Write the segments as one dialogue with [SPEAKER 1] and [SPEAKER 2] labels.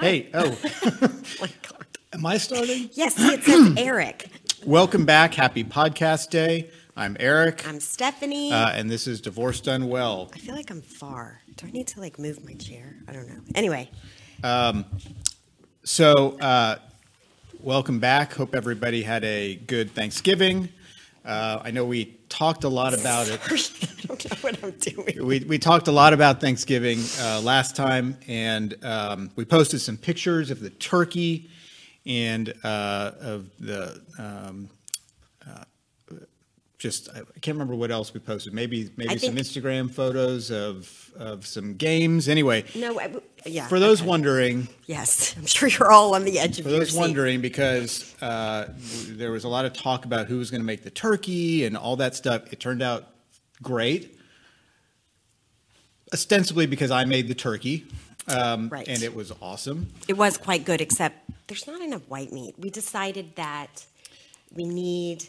[SPEAKER 1] Hey, oh,
[SPEAKER 2] my God.
[SPEAKER 1] am I starting?
[SPEAKER 2] Yes, see, it says Eric.
[SPEAKER 1] Welcome back. Happy podcast day. I'm Eric,
[SPEAKER 2] I'm Stephanie.
[SPEAKER 1] uh, and this is Divorce Done Well.
[SPEAKER 2] I feel like I'm far. Do I need to like move my chair? I don't know. Anyway,
[SPEAKER 1] So, uh, welcome back. Hope everybody had a good Thanksgiving. Uh, I know we talked a lot about it.
[SPEAKER 2] I don't know what I'm doing.
[SPEAKER 1] We, we talked a lot about Thanksgiving uh, last time, and um, we posted some pictures of the turkey and uh, of the um, just I I can't remember what else we posted. Maybe maybe
[SPEAKER 2] I
[SPEAKER 1] some
[SPEAKER 2] think-
[SPEAKER 1] Instagram photos of of some games. Anyway,
[SPEAKER 2] No, I, yeah.
[SPEAKER 1] for those
[SPEAKER 2] okay.
[SPEAKER 1] wondering,
[SPEAKER 2] yes, I'm sure you're all on the edge of
[SPEAKER 1] for
[SPEAKER 2] your
[SPEAKER 1] those
[SPEAKER 2] seat.
[SPEAKER 1] wondering, because uh, w- there was a lot of talk about who was going to make the turkey and all that stuff. It turned out great, ostensibly because I made the turkey, um,
[SPEAKER 2] Right.
[SPEAKER 1] and it was awesome.
[SPEAKER 2] It was quite good, except there's not enough white meat. We decided that we need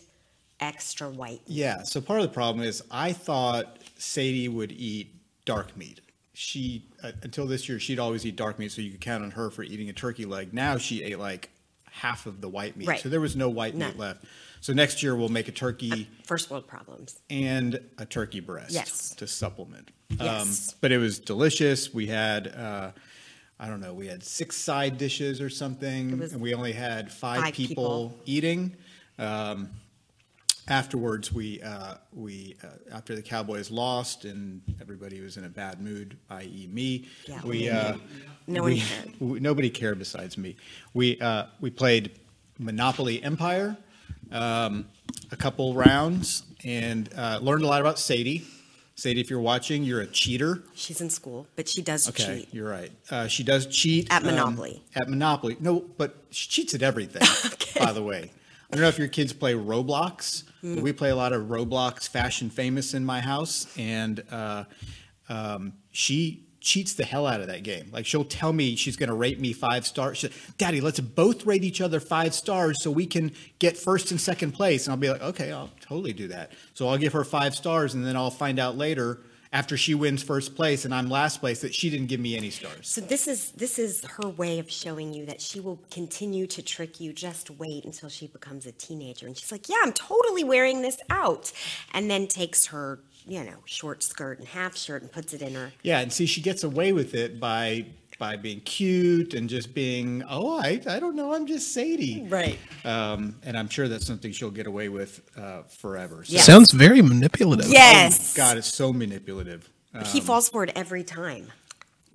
[SPEAKER 2] extra white. meat.
[SPEAKER 1] Yeah. So part of the problem is I thought Sadie would eat dark meat. She uh, until this year she'd always eat dark meat, so you could count on her for eating a turkey leg. Now she ate like half of the white meat,
[SPEAKER 2] Right.
[SPEAKER 1] so there was no white
[SPEAKER 2] None. Uh,
[SPEAKER 1] meat left. So next year we'll make a turkey
[SPEAKER 2] First world problems.
[SPEAKER 1] and a turkey breast
[SPEAKER 2] Yes.
[SPEAKER 1] to supplement. Um,
[SPEAKER 2] Yes.
[SPEAKER 1] but it was delicious. We had, uh, I don't know, we had six side dishes or something,
[SPEAKER 2] was
[SPEAKER 1] and we only had five,
[SPEAKER 2] five
[SPEAKER 1] people,
[SPEAKER 2] people.
[SPEAKER 1] eating. Um, afterwards, we uh, we uh, after the Cowboys lost and everybody was in a bad mood, i.e., me.
[SPEAKER 2] Yeah.
[SPEAKER 1] we uh,
[SPEAKER 2] No
[SPEAKER 1] we-
[SPEAKER 2] one cared.
[SPEAKER 1] we- nobody cared besides me. We uh, we played Monopoly Empire um, a couple rounds and uh, learned a lot about Sadie. Sadie, if you're watching, you're a cheater.
[SPEAKER 2] She's in school, but she does
[SPEAKER 1] Okay,
[SPEAKER 2] cheat.
[SPEAKER 1] you're right. Uh, she does cheat
[SPEAKER 2] At
[SPEAKER 1] um,
[SPEAKER 2] Monopoly.
[SPEAKER 1] at Monopoly, no, but she cheats at everything. By the way, I don't know if your kids play Roblox. but We play a lot of Roblox, Fashion Famous in my house, and uh, um, she cheats the hell out of that game. Like she'll tell me she's going to rate me five stars. She, Daddy, let's both rate each other five stars so we can get first and second place. And I'll be like, okay, I'll totally do that. So I'll give her five stars, and then I'll find out later. After she wins first place and I'm last place, that she didn't give me any stars.
[SPEAKER 2] So this is this is her way of showing you that she will continue to trick you. Just wait until she becomes a teenager, and she's like, "Yeah, I'm totally wearing this out," and then takes her, you know, short skirt and half shirt and puts it in her.
[SPEAKER 1] Yeah, and see, she gets away with it by by being cute and just being, oh, I, I don't know, I'm just Sadie.
[SPEAKER 2] Right.
[SPEAKER 1] Um, and I'm sure that's something she'll get away with uh, forever. So, oh,
[SPEAKER 2] Yeah.
[SPEAKER 3] Sounds very manipulative.
[SPEAKER 2] Yes.
[SPEAKER 1] God, it's so manipulative. Uh,
[SPEAKER 2] he falls for it every time. Uh-huh.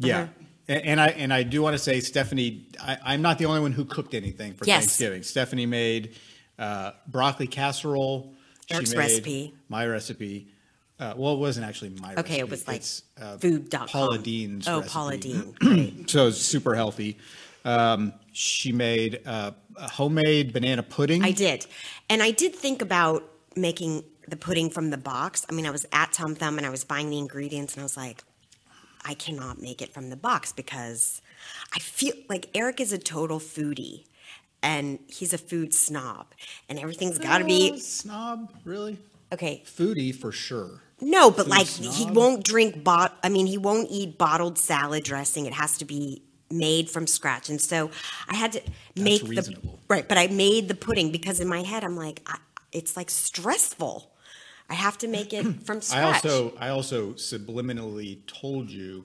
[SPEAKER 1] yeah. A- And, I and I do want to say, Stephanie, I, I'm not the only one who cooked anything for
[SPEAKER 2] Yes.
[SPEAKER 1] Thanksgiving. Stephanie made uh, broccoli casserole.
[SPEAKER 2] Eric's recipe.
[SPEAKER 1] My recipe. Uh, well, it wasn't actually my recipe.
[SPEAKER 2] Okay, it was like
[SPEAKER 1] It's, uh,
[SPEAKER 2] food.com.
[SPEAKER 1] Paula Dean's
[SPEAKER 2] Oh,
[SPEAKER 1] recipe.
[SPEAKER 2] Paula Dean. Right.
[SPEAKER 1] so it's super healthy. Um, she made uh, a homemade banana pudding.
[SPEAKER 2] I did. And I did think about making the pudding from the box. I mean, I was at Tom Thumb and I was buying the ingredients and I was like, I cannot make it from the box because I feel like Eric is a total foodie and he's a food snob and everything's got to
[SPEAKER 1] Uh,
[SPEAKER 2] be
[SPEAKER 1] snob, really?
[SPEAKER 2] okay.
[SPEAKER 1] Foodie for sure.
[SPEAKER 2] No, but like he
[SPEAKER 1] snob?
[SPEAKER 2] won't drink bot. I mean, he won't eat bottled salad dressing. It has to be made from scratch, and so I had to make
[SPEAKER 1] reasonable.
[SPEAKER 2] the right. But I made the pudding because in my head I'm like, I, it's like stressful. I have to make it from
[SPEAKER 1] I
[SPEAKER 2] scratch.
[SPEAKER 1] also I also subliminally told you.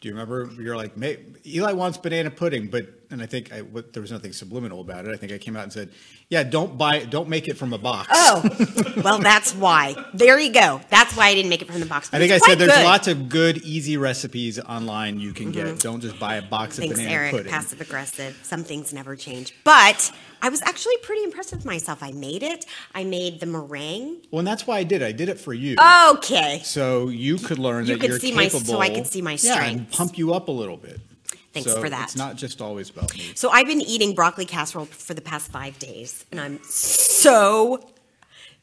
[SPEAKER 1] Do you remember? You're like, "Ma- Eli wants banana pudding, but and I think I what, there was nothing subliminal about it. I think I came out and said, "Yeah, don't buy, it, don't make it from a box."
[SPEAKER 2] Oh, well, that's why. There you go. That's why I didn't make it from the box.
[SPEAKER 1] I
[SPEAKER 2] but
[SPEAKER 1] think I
[SPEAKER 2] it's
[SPEAKER 1] said
[SPEAKER 2] quite
[SPEAKER 1] there's
[SPEAKER 2] good. Mm-hmm.
[SPEAKER 1] lots of good, easy recipes online you can get. Don't just buy a box of
[SPEAKER 2] Thanks,
[SPEAKER 1] banana
[SPEAKER 2] Eric.
[SPEAKER 1] pudding.
[SPEAKER 2] Passive aggressive. Some things never change. But I was actually pretty impressed with myself. I made it. I made the meringue.
[SPEAKER 1] Well, and that's why I did. it. I did it for you.
[SPEAKER 2] Oh, Okay.
[SPEAKER 1] so you could learn
[SPEAKER 2] You
[SPEAKER 1] that
[SPEAKER 2] could
[SPEAKER 1] you're
[SPEAKER 2] see my- so
[SPEAKER 1] capable.
[SPEAKER 2] I could see my
[SPEAKER 1] Yeah, and
[SPEAKER 2] strengths.
[SPEAKER 1] pump you up a little bit.
[SPEAKER 2] Thanks
[SPEAKER 1] So
[SPEAKER 2] for that.
[SPEAKER 1] It's not just always about me.
[SPEAKER 2] So I've been eating broccoli casserole for the past five days, and I'm so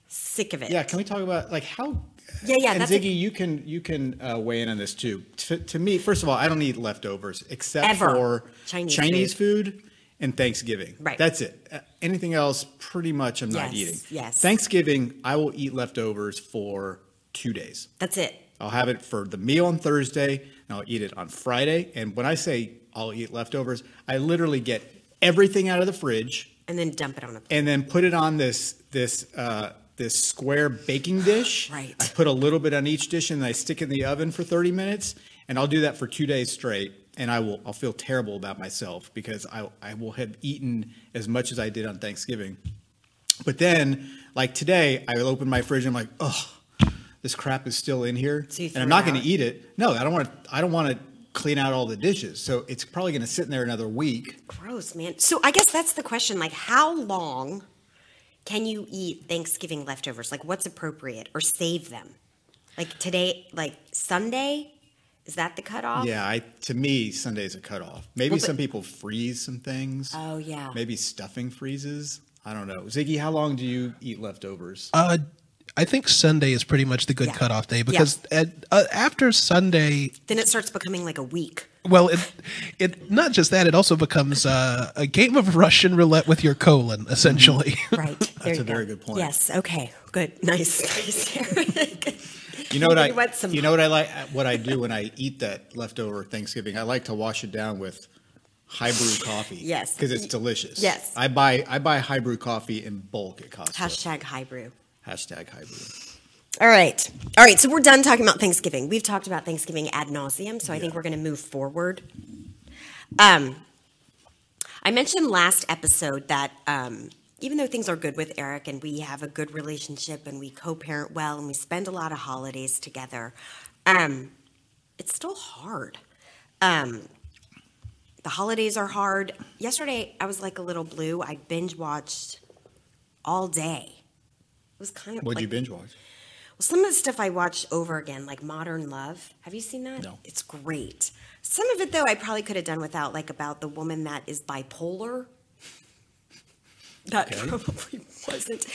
[SPEAKER 2] sick of it.
[SPEAKER 1] Yeah, can we talk about like how?
[SPEAKER 2] Yeah, yeah,
[SPEAKER 1] And
[SPEAKER 2] that's a-
[SPEAKER 1] Ziggy, you can you can uh, weigh in on this too. To, to me, first of all, I don't eat leftovers except
[SPEAKER 2] Ever.
[SPEAKER 1] for
[SPEAKER 2] Chinese
[SPEAKER 1] food. and Thanksgiving.
[SPEAKER 2] Right.
[SPEAKER 1] That's it. Uh, Anything else, pretty much, I'm not
[SPEAKER 2] Yes,
[SPEAKER 1] eating.
[SPEAKER 2] yes.
[SPEAKER 1] Thanksgiving, I will eat leftovers for two days.
[SPEAKER 2] That's it.
[SPEAKER 1] I'll have it for the meal on Thursday, and I'll eat it on Friday. And when I say I'll eat leftovers, I literally get everything out of the fridge
[SPEAKER 2] And then dump it on a plate.
[SPEAKER 1] and then put it on this this uh, this square baking dish.
[SPEAKER 2] Right.
[SPEAKER 1] I put a little bit on each dish and I stick it in the oven for 30 minutes, and I'll do that for two days straight. And I will I'll feel terrible about myself because I I will have eaten as much as I did on Thanksgiving. But then, like today, I will open my fridge and I'm like, oh, this crap is still in here,
[SPEAKER 2] So you
[SPEAKER 1] and I'm
[SPEAKER 2] threw it
[SPEAKER 1] not going
[SPEAKER 2] out.
[SPEAKER 1] to eat it. No, I don't want to. I don't want to clean out all the dishes. So it's probably going to sit in there another week.
[SPEAKER 2] Gross, man. So I guess that's the question. Like, how long can you eat Thanksgiving leftovers? Like, what's appropriate or save them? Like today, like Sunday, is that the cutoff?
[SPEAKER 1] Yeah, I to me Sunday's a cutoff. Maybe
[SPEAKER 2] Well, but-
[SPEAKER 1] some people freeze some things.
[SPEAKER 2] Oh, yeah.
[SPEAKER 1] Maybe stuffing freezes. I don't know. Ziggy, how long do you eat leftovers?
[SPEAKER 3] Uh, I think Sunday is pretty much the good
[SPEAKER 2] Yeah.
[SPEAKER 3] cutoff day
[SPEAKER 2] Yeah.
[SPEAKER 3] because at, uh, after Sunday,
[SPEAKER 2] Then it starts becoming like a week.
[SPEAKER 3] well, it, it not just that, it also becomes uh, a game of Russian roulette with your colon, essentially.
[SPEAKER 2] Right. There
[SPEAKER 1] a
[SPEAKER 2] you
[SPEAKER 1] very good point.
[SPEAKER 2] Yes. Okay. Good. Nice. Nice, Eric.
[SPEAKER 1] You know what I
[SPEAKER 2] You want some-
[SPEAKER 1] You know what I like what I do when I eat that leftover Thanksgiving? I like to wash it down with high brew coffee.
[SPEAKER 2] Yes.
[SPEAKER 1] Cuz it's delicious.
[SPEAKER 2] Yes.
[SPEAKER 1] I buy I buy high brew coffee in bulk at Costco.
[SPEAKER 2] Hashtag high brew.
[SPEAKER 1] Hashtag high brew.
[SPEAKER 2] All right. All right. So we're done talking about Thanksgiving. We've talked about Thanksgiving ad nauseum. So I think
[SPEAKER 1] Yeah.
[SPEAKER 2] we're going to move forward. Um, I mentioned last episode that um, even though things are good with Eric and we have a good relationship and we co parent well and we spend a lot of holidays together, um, it's still hard. Um, the holidays are hard. Yesterday, I was like a little blue. I binge watched all day. It was kind of
[SPEAKER 1] What'd
[SPEAKER 2] like,
[SPEAKER 1] you binge watch?
[SPEAKER 2] some of the stuff I watched over again, like Modern Love. Have you seen that?
[SPEAKER 1] No.
[SPEAKER 2] It's great. Some of it, though, I probably could have done without, like about the woman that is bipolar. That probably wasn't.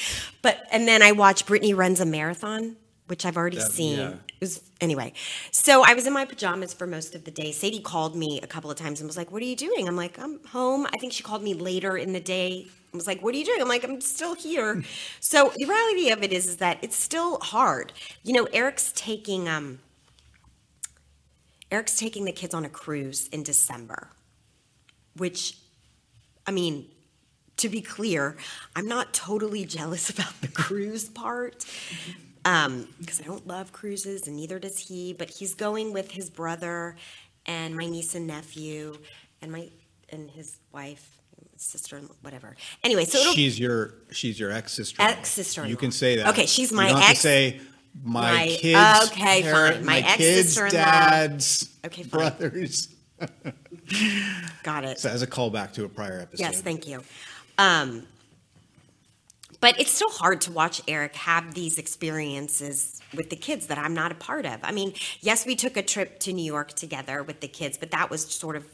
[SPEAKER 2] But, and then I watched Brittany Runs a Marathon, which I've already
[SPEAKER 1] That-
[SPEAKER 2] seen.
[SPEAKER 1] yeah.
[SPEAKER 2] It was, anyway, so I was in my pajamas for most of the day. Sadie called me a couple of times and was like, What are you doing? I'm like, I'm home. I think she called me later in the day. I was like, What are you doing? I'm like, I'm still here. so the reality of it is, is that it's still hard. You know, Eric's taking um Eric's taking the kids on a cruise in December, which I mean, to be clear, I'm not totally jealous about the cruise part because I don't love cruises and neither does he, but he's going with his brother and my niece and nephew and my and his wife, sister, and whatever. Anyway, so it'll
[SPEAKER 1] she's your she's your ex sister.
[SPEAKER 2] Ex-sister-in-law.
[SPEAKER 1] You can say that.
[SPEAKER 2] Okay, she's
[SPEAKER 1] You
[SPEAKER 2] my
[SPEAKER 1] don't have to
[SPEAKER 2] ex-
[SPEAKER 1] say my,
[SPEAKER 2] my-
[SPEAKER 1] kids.
[SPEAKER 2] okay,
[SPEAKER 1] parent-
[SPEAKER 2] fine, my
[SPEAKER 1] my kids,
[SPEAKER 2] ex-sister-in-law.
[SPEAKER 1] dads,
[SPEAKER 2] Okay, fine.
[SPEAKER 1] brothers.
[SPEAKER 2] got it.
[SPEAKER 1] So as a callback to a prior episode.
[SPEAKER 2] Yes, thank you. Um, but it's so hard to watch Eric have these experiences with the kids that I'm not a part of. I mean, yes, we took a trip to New York together with the kids, but that was sort of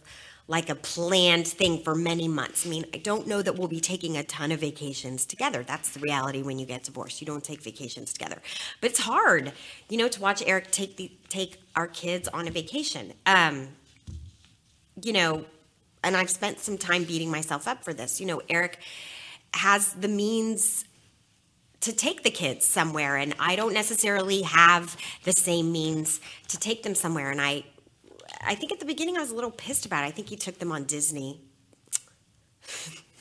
[SPEAKER 2] like a planned thing for many months. I mean, I don't know that we'll be taking a ton of vacations together. That's the reality when you get divorced. You don't take vacations together. But it's hard, you know, to watch Eric take the take our kids on a vacation. Um, you know, and I've spent some time beating myself up for this. You know, Eric has the means to take the kids somewhere, and I don't necessarily have the same means to take them somewhere. And I, I think at the beginning I was a little pissed about it. I think he took them on Disney,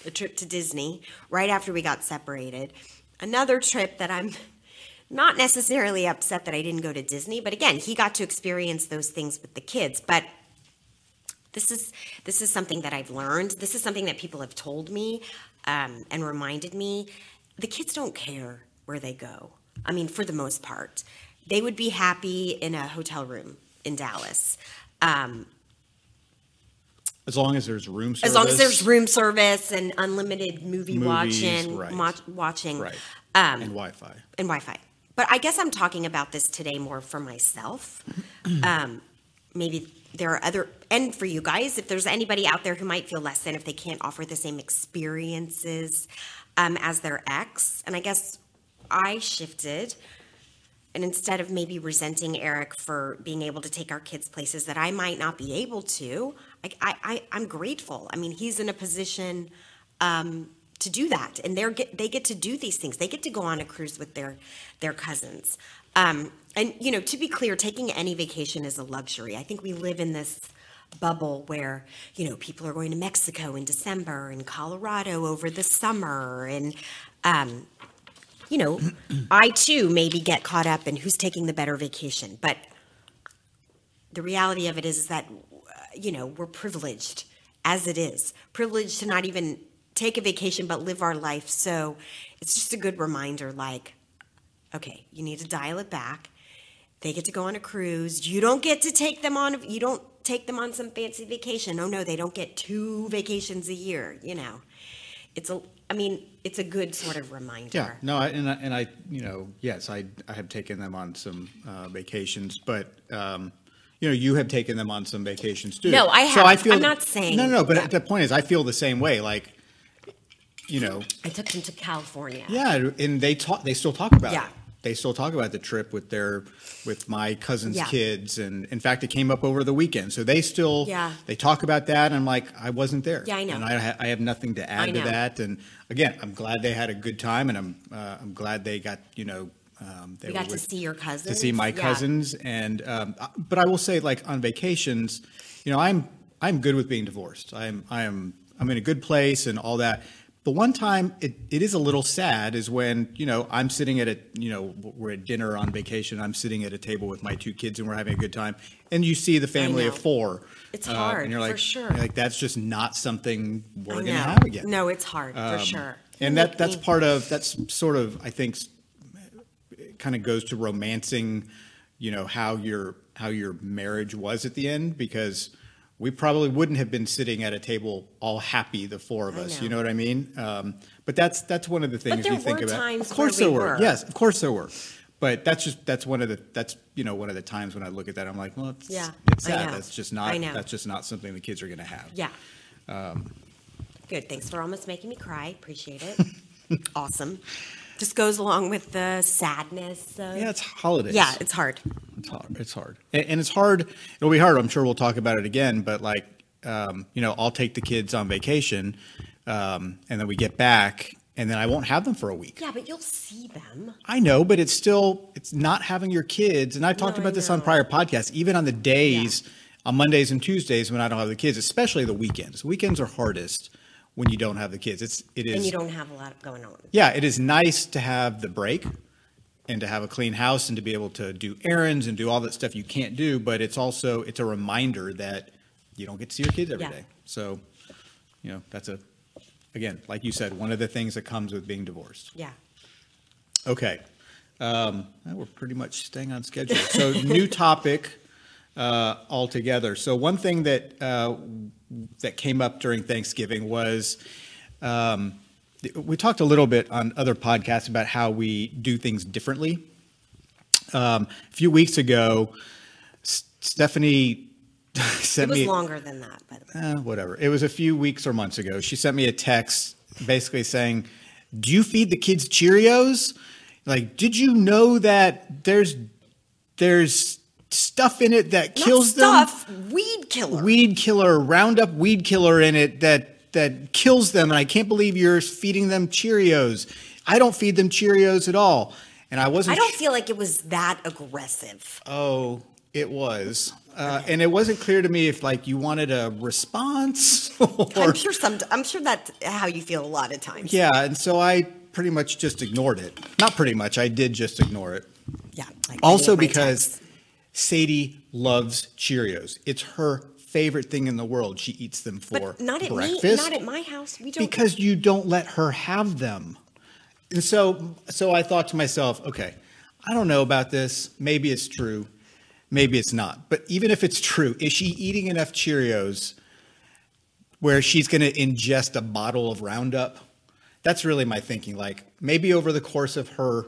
[SPEAKER 2] a trip to Disney right after we got separated. Another trip that I'm not necessarily upset that I didn't go to Disney, but again, he got to experience those things with the kids. But the this is this is something that I've learned. This is something that people have told me um, and reminded me. The kids don't care where they go. I mean, for the most part, they would be happy in a hotel room in Dallas. Um,
[SPEAKER 1] As long as there's room service.
[SPEAKER 2] as long as there's room service and unlimited movie
[SPEAKER 1] Movies,
[SPEAKER 2] watching,
[SPEAKER 1] right.
[SPEAKER 2] watch, watching,
[SPEAKER 1] Right.
[SPEAKER 2] um,
[SPEAKER 1] and Wi-Fi.
[SPEAKER 2] and Wi-Fi. But I guess I'm talking about this today more for myself. um, maybe there are other, and for you guys, if there's anybody out there who might feel less than if they can't offer the same experiences um, as their ex. And I guess I shifted. And instead of maybe resenting Eric for being able to take our kids places that I might not be able to, I, I, I, I'm grateful. I mean, he's in a position um, to do that, and they're get, they get to do these things. They get to go on a cruise with their their cousins. Um, and you know, to be clear, taking any vacation is a luxury. I think we live in this bubble where you know people are going to Mexico in December and Colorado over the summer, and um, you know, I too maybe get caught up in who's taking the better vacation. But the reality of it is, is that, uh, you know, we're privileged as it is, privileged to not even take a vacation but live our life. So it's just a good reminder like, okay, you need to dial it back. They get to go on a cruise. You don't get to take them on, you don't take them on some fancy vacation. Oh no, they don't get two vacations a year, you know. It's a, I mean, it's a good sort of reminder.
[SPEAKER 1] Yeah, no, I, and I, and I, you know, yes, I I have taken them on some uh, vacations, but um, you know, you have taken them on some vacations too.
[SPEAKER 2] No, I
[SPEAKER 1] So I
[SPEAKER 2] haven't.
[SPEAKER 1] feel
[SPEAKER 2] I'm not saying-
[SPEAKER 1] no, no, no, but
[SPEAKER 2] yeah.
[SPEAKER 1] the point is, I feel the same way. Like, you know,
[SPEAKER 2] I took him to California.
[SPEAKER 1] yeah, and they talk. They still talk about
[SPEAKER 2] Yeah.
[SPEAKER 1] it. They still talk about the trip with their with my cousin's
[SPEAKER 2] Yeah.
[SPEAKER 1] kids, and in fact, it came up over the weekend. So they still
[SPEAKER 2] Yeah.
[SPEAKER 1] they talk about that. And I'm like, I wasn't there.
[SPEAKER 2] Yeah, I know.
[SPEAKER 1] And I, ha- I have nothing to add
[SPEAKER 2] I
[SPEAKER 1] to
[SPEAKER 2] know.
[SPEAKER 1] that. And again, I'm glad they had a good time, and I'm uh, I'm glad they got you know. Um, they
[SPEAKER 2] You
[SPEAKER 1] were
[SPEAKER 2] got to
[SPEAKER 1] with-
[SPEAKER 2] see your cousins.
[SPEAKER 1] to see my
[SPEAKER 2] Yeah.
[SPEAKER 1] cousins, and um, I- but I will say, like on vacations, you know, I'm I'm good with being divorced. I'm I'm I'm in a good place and all that. But one time, it, it is a little sad is when you know I'm sitting at a you know we're at dinner on vacation. I'm sitting at a table with my two kids and we're having a good time, and you see the family of
[SPEAKER 2] know.
[SPEAKER 1] four.
[SPEAKER 2] It's
[SPEAKER 1] uh,
[SPEAKER 2] hard,
[SPEAKER 1] and you're
[SPEAKER 2] for
[SPEAKER 1] like,
[SPEAKER 2] sure.
[SPEAKER 1] you're like that's just not something
[SPEAKER 2] I
[SPEAKER 1] we're gonna
[SPEAKER 2] know.
[SPEAKER 1] have again.
[SPEAKER 2] No, it's hard for
[SPEAKER 1] Um,
[SPEAKER 2] sure. Mm-hmm.
[SPEAKER 1] And
[SPEAKER 2] You
[SPEAKER 1] that
[SPEAKER 2] make
[SPEAKER 1] that's
[SPEAKER 2] me-
[SPEAKER 1] part of that's sort of I think kind of goes to romancing, you know, how your how your marriage was at the end because we probably wouldn't have been sitting at a table all happy, the four of
[SPEAKER 2] I
[SPEAKER 1] us.
[SPEAKER 2] know.
[SPEAKER 1] You know what I mean? Um, but that's that's one of the things
[SPEAKER 2] there
[SPEAKER 1] we think
[SPEAKER 2] were
[SPEAKER 1] about.
[SPEAKER 2] times
[SPEAKER 1] of course
[SPEAKER 2] where
[SPEAKER 1] there
[SPEAKER 2] we
[SPEAKER 1] were.
[SPEAKER 2] were.
[SPEAKER 1] Yes, of course there were. But that's just that's one of the that's you know one of the times when I look at that I'm like, well, it's,
[SPEAKER 2] Yeah,
[SPEAKER 1] it's
[SPEAKER 2] I
[SPEAKER 1] sad.
[SPEAKER 2] know.
[SPEAKER 1] That's just
[SPEAKER 2] I
[SPEAKER 1] not
[SPEAKER 2] know.
[SPEAKER 1] that's just not something the kids are going to have.
[SPEAKER 2] Yeah.
[SPEAKER 1] Um,
[SPEAKER 2] Good. Thanks for almost making me cry. Appreciate it. awesome. Just goes along with the sadness. Of,
[SPEAKER 1] Yeah, it's holidays.
[SPEAKER 2] yeah, it's hard.
[SPEAKER 1] It's hard. It's hard. And, and it's hard. It'll be hard. I'm sure we'll talk about it again. But like, um, you know, I'll take the kids on vacation, um, and then we get back, and then I won't have them for a week.
[SPEAKER 2] Yeah, but you'll see them.
[SPEAKER 1] I know, but it's still it's not having your kids. And I've talked
[SPEAKER 2] No, I
[SPEAKER 1] about this on
[SPEAKER 2] know.
[SPEAKER 1] prior podcasts. Even on the days, on Mondays and Tuesdays when I don't have the kids, especially the weekends. Weekends are hardest when you don't have the kids. It's it is
[SPEAKER 2] And you don't have a lot going on.
[SPEAKER 1] yeah, it is nice to have the break and to have a clean house and to be able to do errands and do all that stuff you can't do, but it's also it's a reminder that you don't get to see your kids every day.
[SPEAKER 2] Yeah.
[SPEAKER 1] So, you know, that's a again, like you said, one of the things that comes with being divorced.
[SPEAKER 2] Yeah.
[SPEAKER 1] Okay. Um, now we're pretty much staying on schedule. So new topic uh, altogether. So one thing that uh, that came up during Thanksgiving was um, th- we talked a little bit on other podcasts about how we do things differently. Um, a few weeks ago, S- Stephanie
[SPEAKER 2] It
[SPEAKER 1] sent
[SPEAKER 2] was
[SPEAKER 1] me
[SPEAKER 2] longer than that, by the way.
[SPEAKER 1] uh, whatever. It was a few weeks or months ago. She sent me a text basically saying, Do you feed the kids Cheerios? Like, did you know that there's there's stuff in it that kills
[SPEAKER 2] Not
[SPEAKER 1] them?
[SPEAKER 2] stuff. Weed killer.
[SPEAKER 1] Weed killer, Roundup weed killer in it that that kills them, and I can't believe you're feeding them Cheerios. I don't feed them Cheerios at all. And I wasn't
[SPEAKER 2] I don't
[SPEAKER 1] su-
[SPEAKER 2] feel like it was that aggressive.
[SPEAKER 1] Oh, it was. Uh, and it wasn't clear to me if like you wanted a response or
[SPEAKER 2] I'm sure some. I'm sure that's how you feel a lot of times.
[SPEAKER 1] Yeah, and so I pretty much just ignored it. Not pretty much, I did just ignore it.
[SPEAKER 2] Yeah, like many
[SPEAKER 1] Also
[SPEAKER 2] of my
[SPEAKER 1] because
[SPEAKER 2] texts.
[SPEAKER 1] Sadie loves Cheerios. It's her favorite thing in the world. She eats them for
[SPEAKER 2] But not at
[SPEAKER 1] breakfast
[SPEAKER 2] me. Not at my house. We don't.
[SPEAKER 1] because you don't let her have them. And so so I thought to myself, okay, I don't know about this. Maybe it's true. Maybe it's not. But even if it's true, is she eating enough Cheerios where she's going to ingest a bottle of Roundup? That's really my thinking. Like maybe over the course of her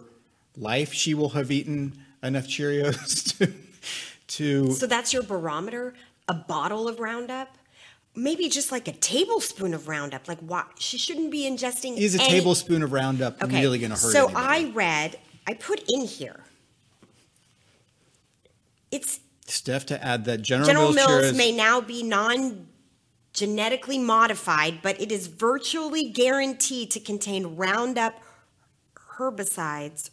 [SPEAKER 1] life, she will have eaten enough Cheerios to to
[SPEAKER 2] so that's your barometer. A bottle of Roundup. Maybe just like a tablespoon of Roundup. Like why she shouldn't be ingesting.
[SPEAKER 1] is a
[SPEAKER 2] any-
[SPEAKER 1] tablespoon of Roundup really going to hurt?
[SPEAKER 2] So
[SPEAKER 1] anybody?
[SPEAKER 2] I read. I put in here. It's
[SPEAKER 1] Steph to add that General,
[SPEAKER 2] General
[SPEAKER 1] Mills,
[SPEAKER 2] Mills
[SPEAKER 1] Cheerios-
[SPEAKER 2] may now be non genetically modified, but it is virtually guaranteed to contain Roundup herbicides.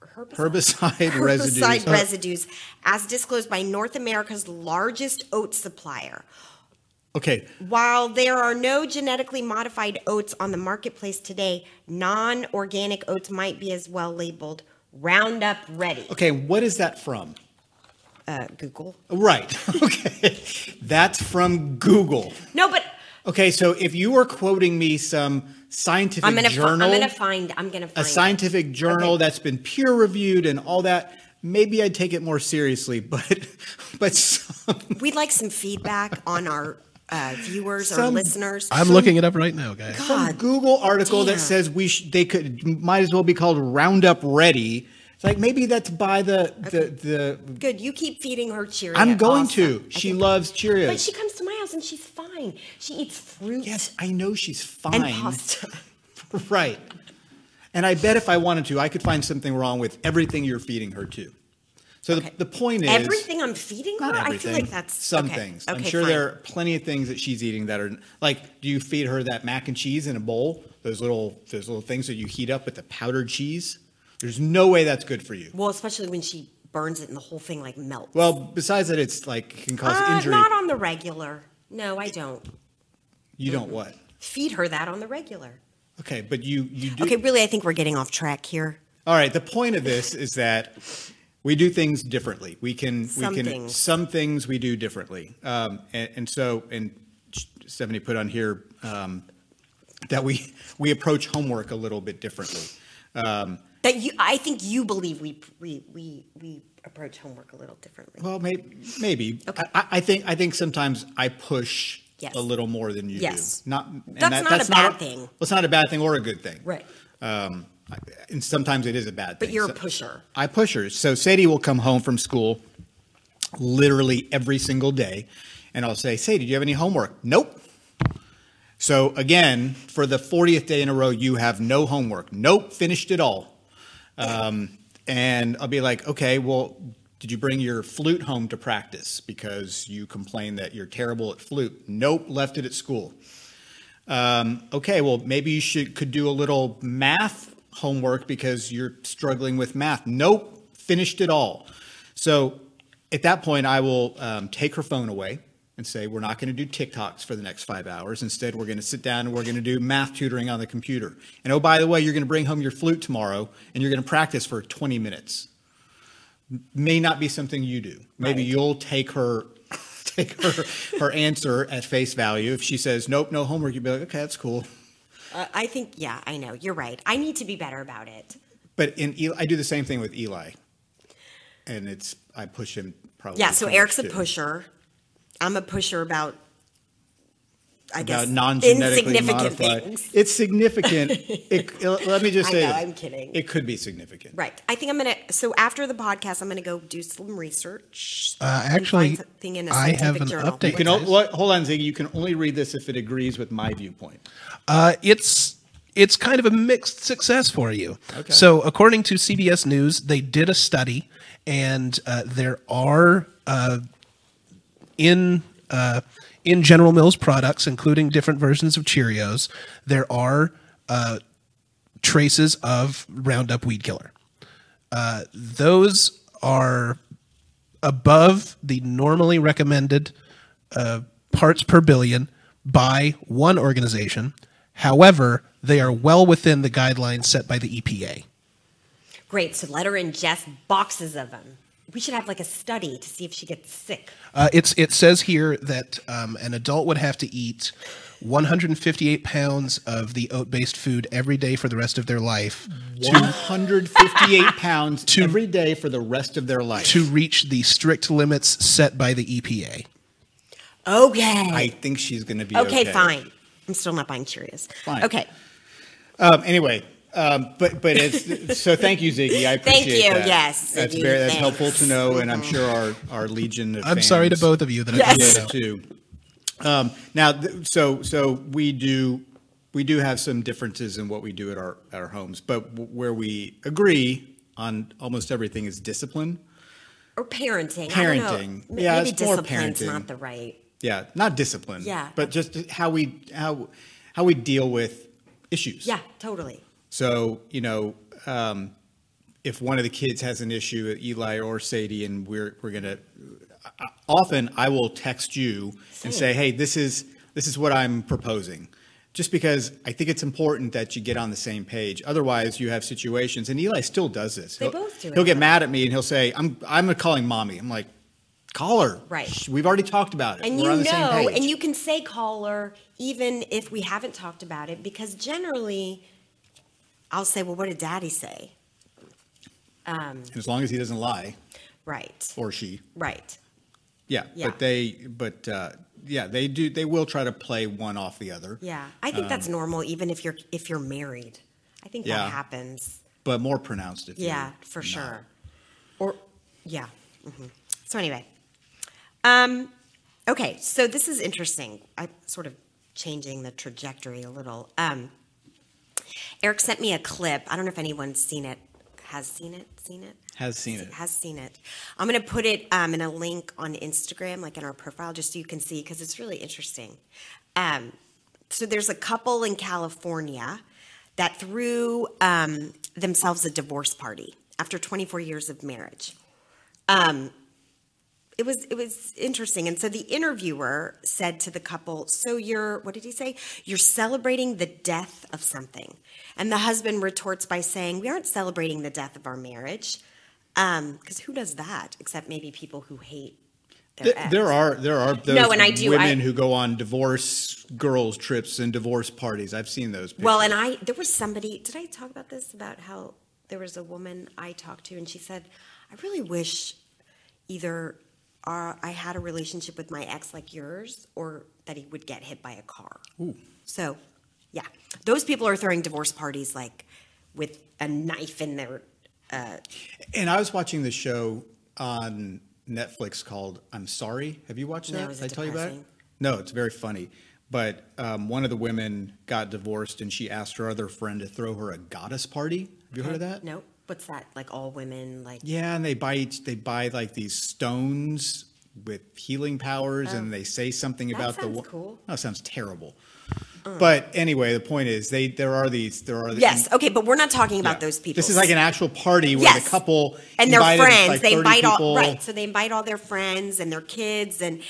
[SPEAKER 2] Herbicides.
[SPEAKER 1] herbicide residues.
[SPEAKER 2] Herbicide residues, as disclosed by North America's largest oat supplier.
[SPEAKER 1] okay,
[SPEAKER 2] While there are no genetically modified oats on the marketplace today, non organic oats might be as well labeled Roundup Ready.
[SPEAKER 1] okay, what is that from?
[SPEAKER 2] Uh, Google.
[SPEAKER 1] Right. Okay, that's from Google.
[SPEAKER 2] No, but
[SPEAKER 1] Okay, so if you were quoting me some scientific
[SPEAKER 2] I'm going to
[SPEAKER 1] journal,
[SPEAKER 2] I'm gonna find. I'm going to
[SPEAKER 1] a
[SPEAKER 2] find. it.
[SPEAKER 1] scientific journal that's been peer reviewed and all that, maybe I'd take it more seriously. But but some,
[SPEAKER 2] We'd like some feedback on our uh, viewers or
[SPEAKER 1] Some-
[SPEAKER 2] listeners.
[SPEAKER 3] I'm looking it up right now, guys.
[SPEAKER 1] some
[SPEAKER 2] God,
[SPEAKER 1] Google article
[SPEAKER 2] damn.
[SPEAKER 1] that says we sh- they could might as well be called Roundup Ready. It's like maybe that's by the the the.
[SPEAKER 2] good. You keep feeding her Cheerios.
[SPEAKER 1] I'm going
[SPEAKER 2] Awesome.
[SPEAKER 1] to.
[SPEAKER 2] I
[SPEAKER 1] She
[SPEAKER 2] think-
[SPEAKER 1] loves Cheerios.
[SPEAKER 2] But she comes to my house and she's fine. She eats fruit
[SPEAKER 1] Yes, I know she's fine.
[SPEAKER 2] and pasta.
[SPEAKER 1] Right. And I bet if I wanted to, I could find something wrong with everything you're feeding her too. So
[SPEAKER 2] Okay.
[SPEAKER 1] the, the point is
[SPEAKER 2] Everything I'm feeding her,
[SPEAKER 1] not
[SPEAKER 2] I
[SPEAKER 1] everything.
[SPEAKER 2] feel like that's
[SPEAKER 1] some
[SPEAKER 2] okay.
[SPEAKER 1] things. I'm
[SPEAKER 2] Okay,
[SPEAKER 1] sure
[SPEAKER 2] fine.
[SPEAKER 1] there are plenty of things that she's eating that are like do you feed her that mac and cheese in a bowl? Those little those little things that you heat up with the powdered cheese? There's no way that's good for you.
[SPEAKER 2] Well, especially when she burns it and the whole thing like melts.
[SPEAKER 1] Well, besides that it's like can cause
[SPEAKER 2] Uh,
[SPEAKER 1] injury.
[SPEAKER 2] not on the regular. No, I don't
[SPEAKER 1] you don't what?
[SPEAKER 2] feed her that on the regular.
[SPEAKER 1] Okay, but you you do
[SPEAKER 2] Okay, really, I think we're getting off track here.
[SPEAKER 1] All right. The point of this is that we do things differently. We can
[SPEAKER 2] Some
[SPEAKER 1] we can
[SPEAKER 2] things.
[SPEAKER 1] some things we do differently. Um, and, and so and Stephanie put on here um, that we we approach homework a little bit differently. Um,
[SPEAKER 2] That you, I think you believe we we we we approach homework a little differently.
[SPEAKER 1] well, maybe maybe
[SPEAKER 2] Okay.
[SPEAKER 1] I, I think I think sometimes I push.
[SPEAKER 2] Yes.
[SPEAKER 1] A little more than you
[SPEAKER 2] Yes.
[SPEAKER 1] do. Not and
[SPEAKER 2] That's not a bad thing.
[SPEAKER 1] Well, it's not a bad thing or a good thing.
[SPEAKER 2] Right.
[SPEAKER 1] Um, I- and sometimes it is a bad
[SPEAKER 2] But
[SPEAKER 1] thing.
[SPEAKER 2] you're
[SPEAKER 1] So-
[SPEAKER 2] a pusher.
[SPEAKER 1] I push her. So Sadie will come home from school literally every single day. And I'll say, Sadie, do you have any homework? Nope. So again, for the 40th day in a row, you have no homework. Nope, finished it all. Um, and I'll be like, okay, well, did you bring your flute home to practice because you complain that you're terrible at flute? Nope, left it at school. Um, okay, well, maybe you should could do a little math homework because you're struggling with math. Nope, finished it all. So at that point, I will um, take her phone away and say, "We're not going to do TikToks for the next five hours. Instead, we're going to sit down and we're going to do math tutoring on the computer. And oh, by the way, you're going to bring home your flute tomorrow and you're going to practice for 20 minutes. M- May not be something you do. Maybe
[SPEAKER 2] Right.
[SPEAKER 1] you'll take her." Take her, her answer at face value. If she says, nope, no homework, you'd be like, okay, that's cool.
[SPEAKER 2] Uh, I think, yeah, I know. You're right. I need to be better about it.
[SPEAKER 1] But in Eli, I do the same thing with Eli, and it's I push him probably.
[SPEAKER 2] Yeah, so
[SPEAKER 1] too much,
[SPEAKER 2] Eric's a
[SPEAKER 1] too.
[SPEAKER 2] pusher. I'm a pusher about, I
[SPEAKER 1] about
[SPEAKER 2] guess,
[SPEAKER 1] non-genetically
[SPEAKER 2] insignificant
[SPEAKER 1] modified.
[SPEAKER 2] things.
[SPEAKER 1] It's significant. it, let me just
[SPEAKER 2] I
[SPEAKER 1] say,
[SPEAKER 2] know,
[SPEAKER 1] this.
[SPEAKER 2] I'm kidding.
[SPEAKER 1] It could be significant.
[SPEAKER 2] Right. I think I'm going to, so after the podcast, I'm going to go do some research.
[SPEAKER 3] Uh,
[SPEAKER 2] and
[SPEAKER 3] actually,
[SPEAKER 2] find something in a
[SPEAKER 3] I have
[SPEAKER 2] scientific
[SPEAKER 3] an
[SPEAKER 2] journal.
[SPEAKER 3] update.
[SPEAKER 1] You can o-
[SPEAKER 3] Nice.
[SPEAKER 1] what, hold on, Ziggy. You can only read this if it agrees with my viewpoint.
[SPEAKER 3] Uh, it's it's kind of a mixed success for you.
[SPEAKER 1] Okay.
[SPEAKER 3] So according to CBS News, they did a study, and uh, there are uh, in uh, in General Mills products, including different versions of Cheerios, there are uh, traces of Roundup weed killer. Uh, those are above the normally recommended uh, parts per billion by one organization. However, they are well within the E guidelines set by the EPA.
[SPEAKER 2] Great. So let her ingest boxes of them. We should have like a study to see if she gets sick.
[SPEAKER 3] Uh, it's it says here that um, an adult would have to eat 158 pounds of the oat-based food every day for the rest of their life to
[SPEAKER 1] 158 pounds every day for the rest of their life.
[SPEAKER 3] to reach the strict limits set by the E EPA.
[SPEAKER 2] Okay.
[SPEAKER 1] I think she's going to be
[SPEAKER 2] okay,
[SPEAKER 1] okay.
[SPEAKER 2] fine. I'm still not buying Cheerios.
[SPEAKER 1] Fine.
[SPEAKER 2] Okay.
[SPEAKER 1] Um, anyway, um, but but it's so. Thank you, Ziggy. I
[SPEAKER 2] Thank
[SPEAKER 1] appreciate
[SPEAKER 2] you,
[SPEAKER 1] that.
[SPEAKER 2] yes,
[SPEAKER 1] that's
[SPEAKER 2] Ziggy,
[SPEAKER 1] very that's
[SPEAKER 2] thanks. Mm-hmm.
[SPEAKER 1] helpful to know, and I'm sure our our legion of
[SPEAKER 3] I'm sorry to
[SPEAKER 1] fans-
[SPEAKER 3] both of you that I
[SPEAKER 2] Yes.
[SPEAKER 3] didn't
[SPEAKER 1] Yeah,
[SPEAKER 3] know.
[SPEAKER 1] too. Um, now, th- so so we do we do have some differences in what we do at our at our homes, but w- where we agree on almost everything is discipline.
[SPEAKER 2] Or parenting. I
[SPEAKER 1] Parenting.
[SPEAKER 2] don't know. M-
[SPEAKER 1] Yeah,
[SPEAKER 2] Maybe
[SPEAKER 1] it's more
[SPEAKER 2] discipline's
[SPEAKER 1] parenting.
[SPEAKER 2] not the right.
[SPEAKER 1] Yeah, not discipline.
[SPEAKER 2] Yeah.
[SPEAKER 1] but just how we how how we deal with issues.
[SPEAKER 2] Yeah, totally.
[SPEAKER 1] So, you know, um, if one of the kids has an issue, Eli or Sadie, and we're, we're going to, often I will text you and say, hey, this is, this is what I'm proposing. Just because I think it's important that you get on the same page. Otherwise, you have situations, and Eli still does this.
[SPEAKER 2] They
[SPEAKER 1] He'll-
[SPEAKER 2] both do it,
[SPEAKER 1] He'll get
[SPEAKER 2] though.
[SPEAKER 1] mad at me and he'll say, I'm, I'm calling mommy. I'm like, call her.
[SPEAKER 2] Right.
[SPEAKER 1] Sh- We've already talked about it.
[SPEAKER 2] And
[SPEAKER 1] We're
[SPEAKER 2] you
[SPEAKER 1] on the
[SPEAKER 2] know,
[SPEAKER 1] same page.
[SPEAKER 2] and you can say caller even if we haven't talked about it, because generally I'll say, Well, what did daddy say?
[SPEAKER 1] And as long as he doesn't lie,
[SPEAKER 2] Right.
[SPEAKER 1] or she.
[SPEAKER 2] Right.
[SPEAKER 1] Yeah,
[SPEAKER 2] Yeah.
[SPEAKER 1] but they, but uh, yeah, they do. They will try to play one off the other.
[SPEAKER 2] Yeah. I think that's normal even if you're if you're married. I think
[SPEAKER 1] Um, Yeah.
[SPEAKER 2] that happens.
[SPEAKER 1] but more pronounced. If you're
[SPEAKER 2] Yeah, for
[SPEAKER 1] not.
[SPEAKER 2] sure. Or yeah. mhm. So anyway, um, okay. So this is interesting. I sort of changing the trajectory a little. Um, Eric sent me a clip. I don't know if anyone's seen it. Has seen it? Seen it?
[SPEAKER 1] Has seen it.
[SPEAKER 2] Has seen it. I'm going to put it um, in a link on Instagram, like in our profile, just so you can see because it's really interesting. Um, so there's a couple in California that threw um, themselves a divorce party after 24 years of marriage. Um, it was it was interesting, and so the interviewer said to the couple, "So you're what did he say? You're celebrating the death of something," and the husband retorts by saying, "We aren't celebrating the death of our marriage, because who does that except maybe people who hate their
[SPEAKER 1] Th-
[SPEAKER 2] ex."
[SPEAKER 1] there are there are those
[SPEAKER 2] No, and I do-
[SPEAKER 1] women
[SPEAKER 2] I-
[SPEAKER 1] who go on divorce girls trips and divorce parties. I've seen those. Pictures.
[SPEAKER 2] Well, and I there was somebody. Did I talk about this about how there was a woman I talked to, and she said, "I really wish either uh, I had a relationship with my ex like yours, or that he would get hit by a car." So, yeah, those people are throwing divorce parties like with a knife in their. Uh,
[SPEAKER 1] and I was watching the show on Netflix called "I'm Sorry." Have you watched
[SPEAKER 2] No,
[SPEAKER 1] that?
[SPEAKER 2] is
[SPEAKER 1] Did I
[SPEAKER 2] it
[SPEAKER 1] tell you about it?
[SPEAKER 2] depressing?
[SPEAKER 1] No, it's very funny. But um, one of the women got divorced, and she asked her other friend to throw her a goddess party. Have you heard of that?
[SPEAKER 2] Uh-huh. no, what's that? Like all women, like
[SPEAKER 1] Yeah, and they buy each, they buy like these stones with healing powers, and they say something
[SPEAKER 2] Oh. That
[SPEAKER 1] about the.
[SPEAKER 2] sounds
[SPEAKER 1] wo-
[SPEAKER 2] cool. Mm.
[SPEAKER 1] No, it sounds terrible. But anyway, the point is, they there are these there are
[SPEAKER 2] yes, okay, but we're not talking about
[SPEAKER 1] yeah.
[SPEAKER 2] those people.
[SPEAKER 1] This is like an actual party where
[SPEAKER 2] Yes.
[SPEAKER 1] the couple
[SPEAKER 2] and their
[SPEAKER 1] invited,
[SPEAKER 2] friends.
[SPEAKER 1] like,
[SPEAKER 2] they
[SPEAKER 1] 30
[SPEAKER 2] invite all
[SPEAKER 1] people.
[SPEAKER 2] right, so they invite all their friends and their kids, and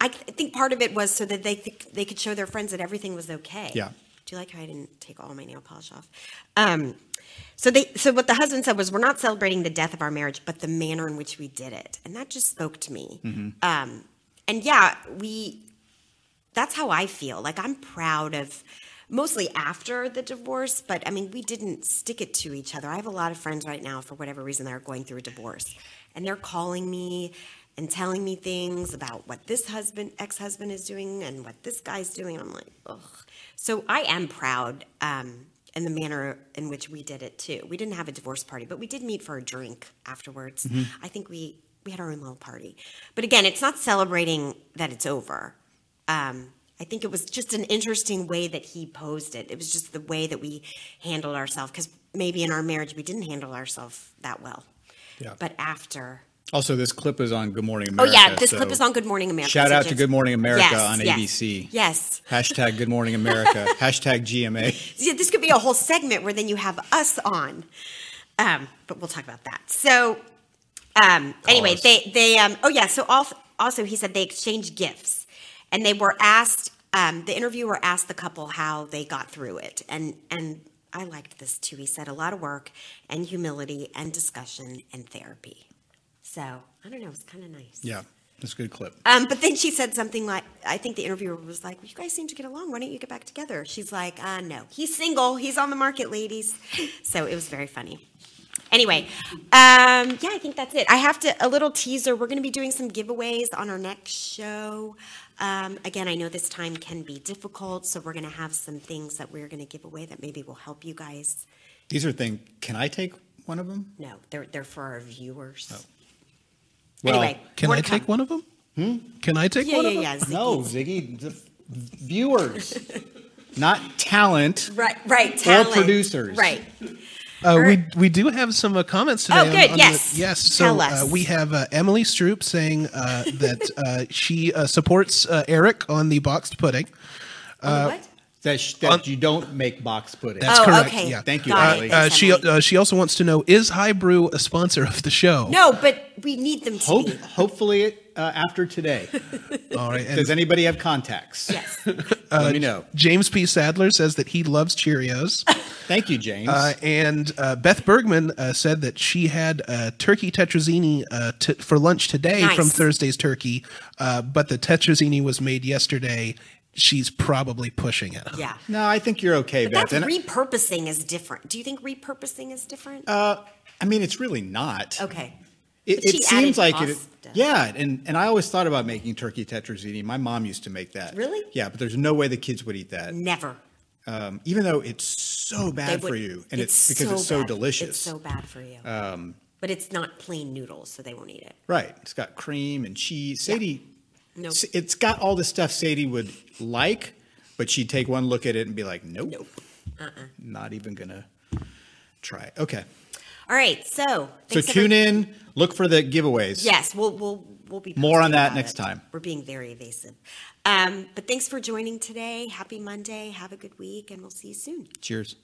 [SPEAKER 2] I th- think part of it was so that they th- they could show their friends that everything was okay.
[SPEAKER 1] Yeah.
[SPEAKER 2] Do you like how I didn't take all my nail polish off? Um, so they so what the husband said was, "We're not celebrating the death of our marriage, but the manner in which we did it," and that just spoke to me.
[SPEAKER 1] Mm-hmm.
[SPEAKER 2] Um, and yeah, we that's how I feel. Like I'm proud of mostly after the divorce, but I mean, we didn't stick it to each other. I have a lot of friends right now, for whatever reason, that are going through a divorce, and they're calling me and telling me things about what this husband, ex husband, is doing and what this guy's doing. I'm like, ugh. So I am proud. Um, in the manner in which we did it too. We didn't have a divorce party, but we did meet for a drink afterwards. I think we we had our own little party. But again, it's not celebrating that it's over. Um, I think it was just an interesting way that he posed it. It was just the way that we handled ourselves because maybe in our marriage we didn't handle ourselves that well.
[SPEAKER 1] Yeah.
[SPEAKER 2] But after,
[SPEAKER 1] Also, this clip is on Good Morning
[SPEAKER 2] oh
[SPEAKER 1] America.
[SPEAKER 2] yeah, this
[SPEAKER 1] so
[SPEAKER 2] clip is on Good Morning America.
[SPEAKER 1] Shout
[SPEAKER 2] so
[SPEAKER 1] out to
[SPEAKER 2] just-
[SPEAKER 1] Good Morning America
[SPEAKER 2] Yes,
[SPEAKER 1] on
[SPEAKER 2] yes,
[SPEAKER 1] ABC.
[SPEAKER 2] Yes.
[SPEAKER 1] Hashtag Good Morning America. hashtag GMA.
[SPEAKER 2] Yeah, this could be a whole segment where then you have us on. Um, but we'll talk about that. So um, anyway,
[SPEAKER 1] us.
[SPEAKER 2] they they um, oh yeah. So al- also he said they exchanged gifts, and they were asked. Um, the interviewer asked the couple how they got through it, and and I liked this too. He said a lot of work and humility and discussion and therapy. So I don't know. It was kind of nice.
[SPEAKER 1] Yeah, that's a good clip.
[SPEAKER 2] Um, but then she said something like, I think the interviewer was like, well, you guys seem to get along. Why don't you get back together? She's like, uh, no, he's single. He's on the market, ladies. So it was very funny. Anyway, um, yeah, I think that's it. I have to, a little teaser. We're going to be doing some giveaways on our next show. Um, again, I know this time can be difficult. So we're going to have some things that we're going to give away that maybe will help you guys.
[SPEAKER 1] These are things. Can I take one of them?
[SPEAKER 2] No, they're, they're for our viewers.
[SPEAKER 1] Well,
[SPEAKER 2] anyway,
[SPEAKER 3] Oh. Can
[SPEAKER 2] more
[SPEAKER 3] I
[SPEAKER 2] to come.
[SPEAKER 3] take one of them? Can I take
[SPEAKER 2] Yeah,
[SPEAKER 3] one
[SPEAKER 2] yeah,
[SPEAKER 3] of them?
[SPEAKER 2] yeah.
[SPEAKER 1] No, Ziggy,
[SPEAKER 2] Ziggy.
[SPEAKER 1] the viewers, not talent.
[SPEAKER 2] Right, right. Talent.
[SPEAKER 1] producers.
[SPEAKER 2] Right.
[SPEAKER 3] Uh, we
[SPEAKER 2] Alright.
[SPEAKER 3] we do have some uh, comments today.
[SPEAKER 2] Oh, good, yes.
[SPEAKER 3] The, yes. So
[SPEAKER 2] Tell
[SPEAKER 3] Uh,
[SPEAKER 2] us.
[SPEAKER 3] we have uh, Emily Stroop saying uh, that uh, she uh, supports uh, Eric on the boxed pudding.
[SPEAKER 2] On the Oh, what?
[SPEAKER 1] That, sh- that you don't make box pudding.
[SPEAKER 3] That's
[SPEAKER 2] Oh,
[SPEAKER 3] correct.
[SPEAKER 2] okay.
[SPEAKER 3] Yeah.
[SPEAKER 1] Thank you,
[SPEAKER 2] Got
[SPEAKER 1] Emily.
[SPEAKER 2] it.
[SPEAKER 3] Uh,
[SPEAKER 2] Thanks,
[SPEAKER 3] she
[SPEAKER 2] Emily.
[SPEAKER 3] uh, she also wants to know is High Brew a sponsor of the show?
[SPEAKER 2] no, but we need them to
[SPEAKER 1] Hope,
[SPEAKER 2] be.
[SPEAKER 1] hopefully, it, uh, after today.
[SPEAKER 3] All right. And
[SPEAKER 1] Does anybody have contacts?
[SPEAKER 2] Yes.
[SPEAKER 1] Let
[SPEAKER 3] Uh,
[SPEAKER 1] me know.
[SPEAKER 3] James P. Sadler says that he loves Cheerios,
[SPEAKER 1] Thank you, James.
[SPEAKER 3] uh, and uh, Beth Bergman uh, said that she had uh, turkey tetrazzini uh, t- for lunch today
[SPEAKER 2] Nice.
[SPEAKER 3] from Thursday's turkey, uh, but the tetrazzini was made yesterday. She's probably pushing it.
[SPEAKER 2] Yeah.
[SPEAKER 1] no, I think you're okay,
[SPEAKER 2] But
[SPEAKER 1] Beth.
[SPEAKER 2] that's
[SPEAKER 1] And I-
[SPEAKER 2] repurposing is different. Do you think repurposing is different?
[SPEAKER 1] Uh, I mean, it's really not.
[SPEAKER 2] okay.
[SPEAKER 1] It,
[SPEAKER 2] But
[SPEAKER 1] it
[SPEAKER 2] she
[SPEAKER 1] seems
[SPEAKER 2] added
[SPEAKER 1] like it.
[SPEAKER 2] pasta.
[SPEAKER 1] Yeah, and, and I always thought about making turkey tetrazzini. My mom used to make that.
[SPEAKER 2] Really?
[SPEAKER 1] Yeah, but there's no way the kids would eat that,
[SPEAKER 2] Never.
[SPEAKER 1] um, even though it's so
[SPEAKER 2] They
[SPEAKER 1] bad
[SPEAKER 2] would-
[SPEAKER 1] for you, and it's, because it's so
[SPEAKER 2] bad.
[SPEAKER 1] delicious. Um,
[SPEAKER 2] It's so bad for you. but it's not plain noodles, so they won't eat it.
[SPEAKER 1] right. It's got cream and cheese. Sadie,
[SPEAKER 2] No.
[SPEAKER 1] s- it's got all the stuff Sadie would like, but she'd take one look at it and be like, nope,
[SPEAKER 2] Nope. Uh-uh.
[SPEAKER 1] not even gonna try it. Okay,
[SPEAKER 2] All right. So.
[SPEAKER 1] so
[SPEAKER 2] thanks
[SPEAKER 1] tune
[SPEAKER 2] every-
[SPEAKER 1] in, look for the giveaways.
[SPEAKER 2] Yes, we'll we'll we'll be
[SPEAKER 1] More on
[SPEAKER 2] posting
[SPEAKER 1] that
[SPEAKER 2] about
[SPEAKER 1] next
[SPEAKER 2] it.
[SPEAKER 1] time.
[SPEAKER 2] We're being very evasive. Um, but thanks for joining today. Happy Monday. Have a good week, and we'll see you soon.
[SPEAKER 1] Cheers.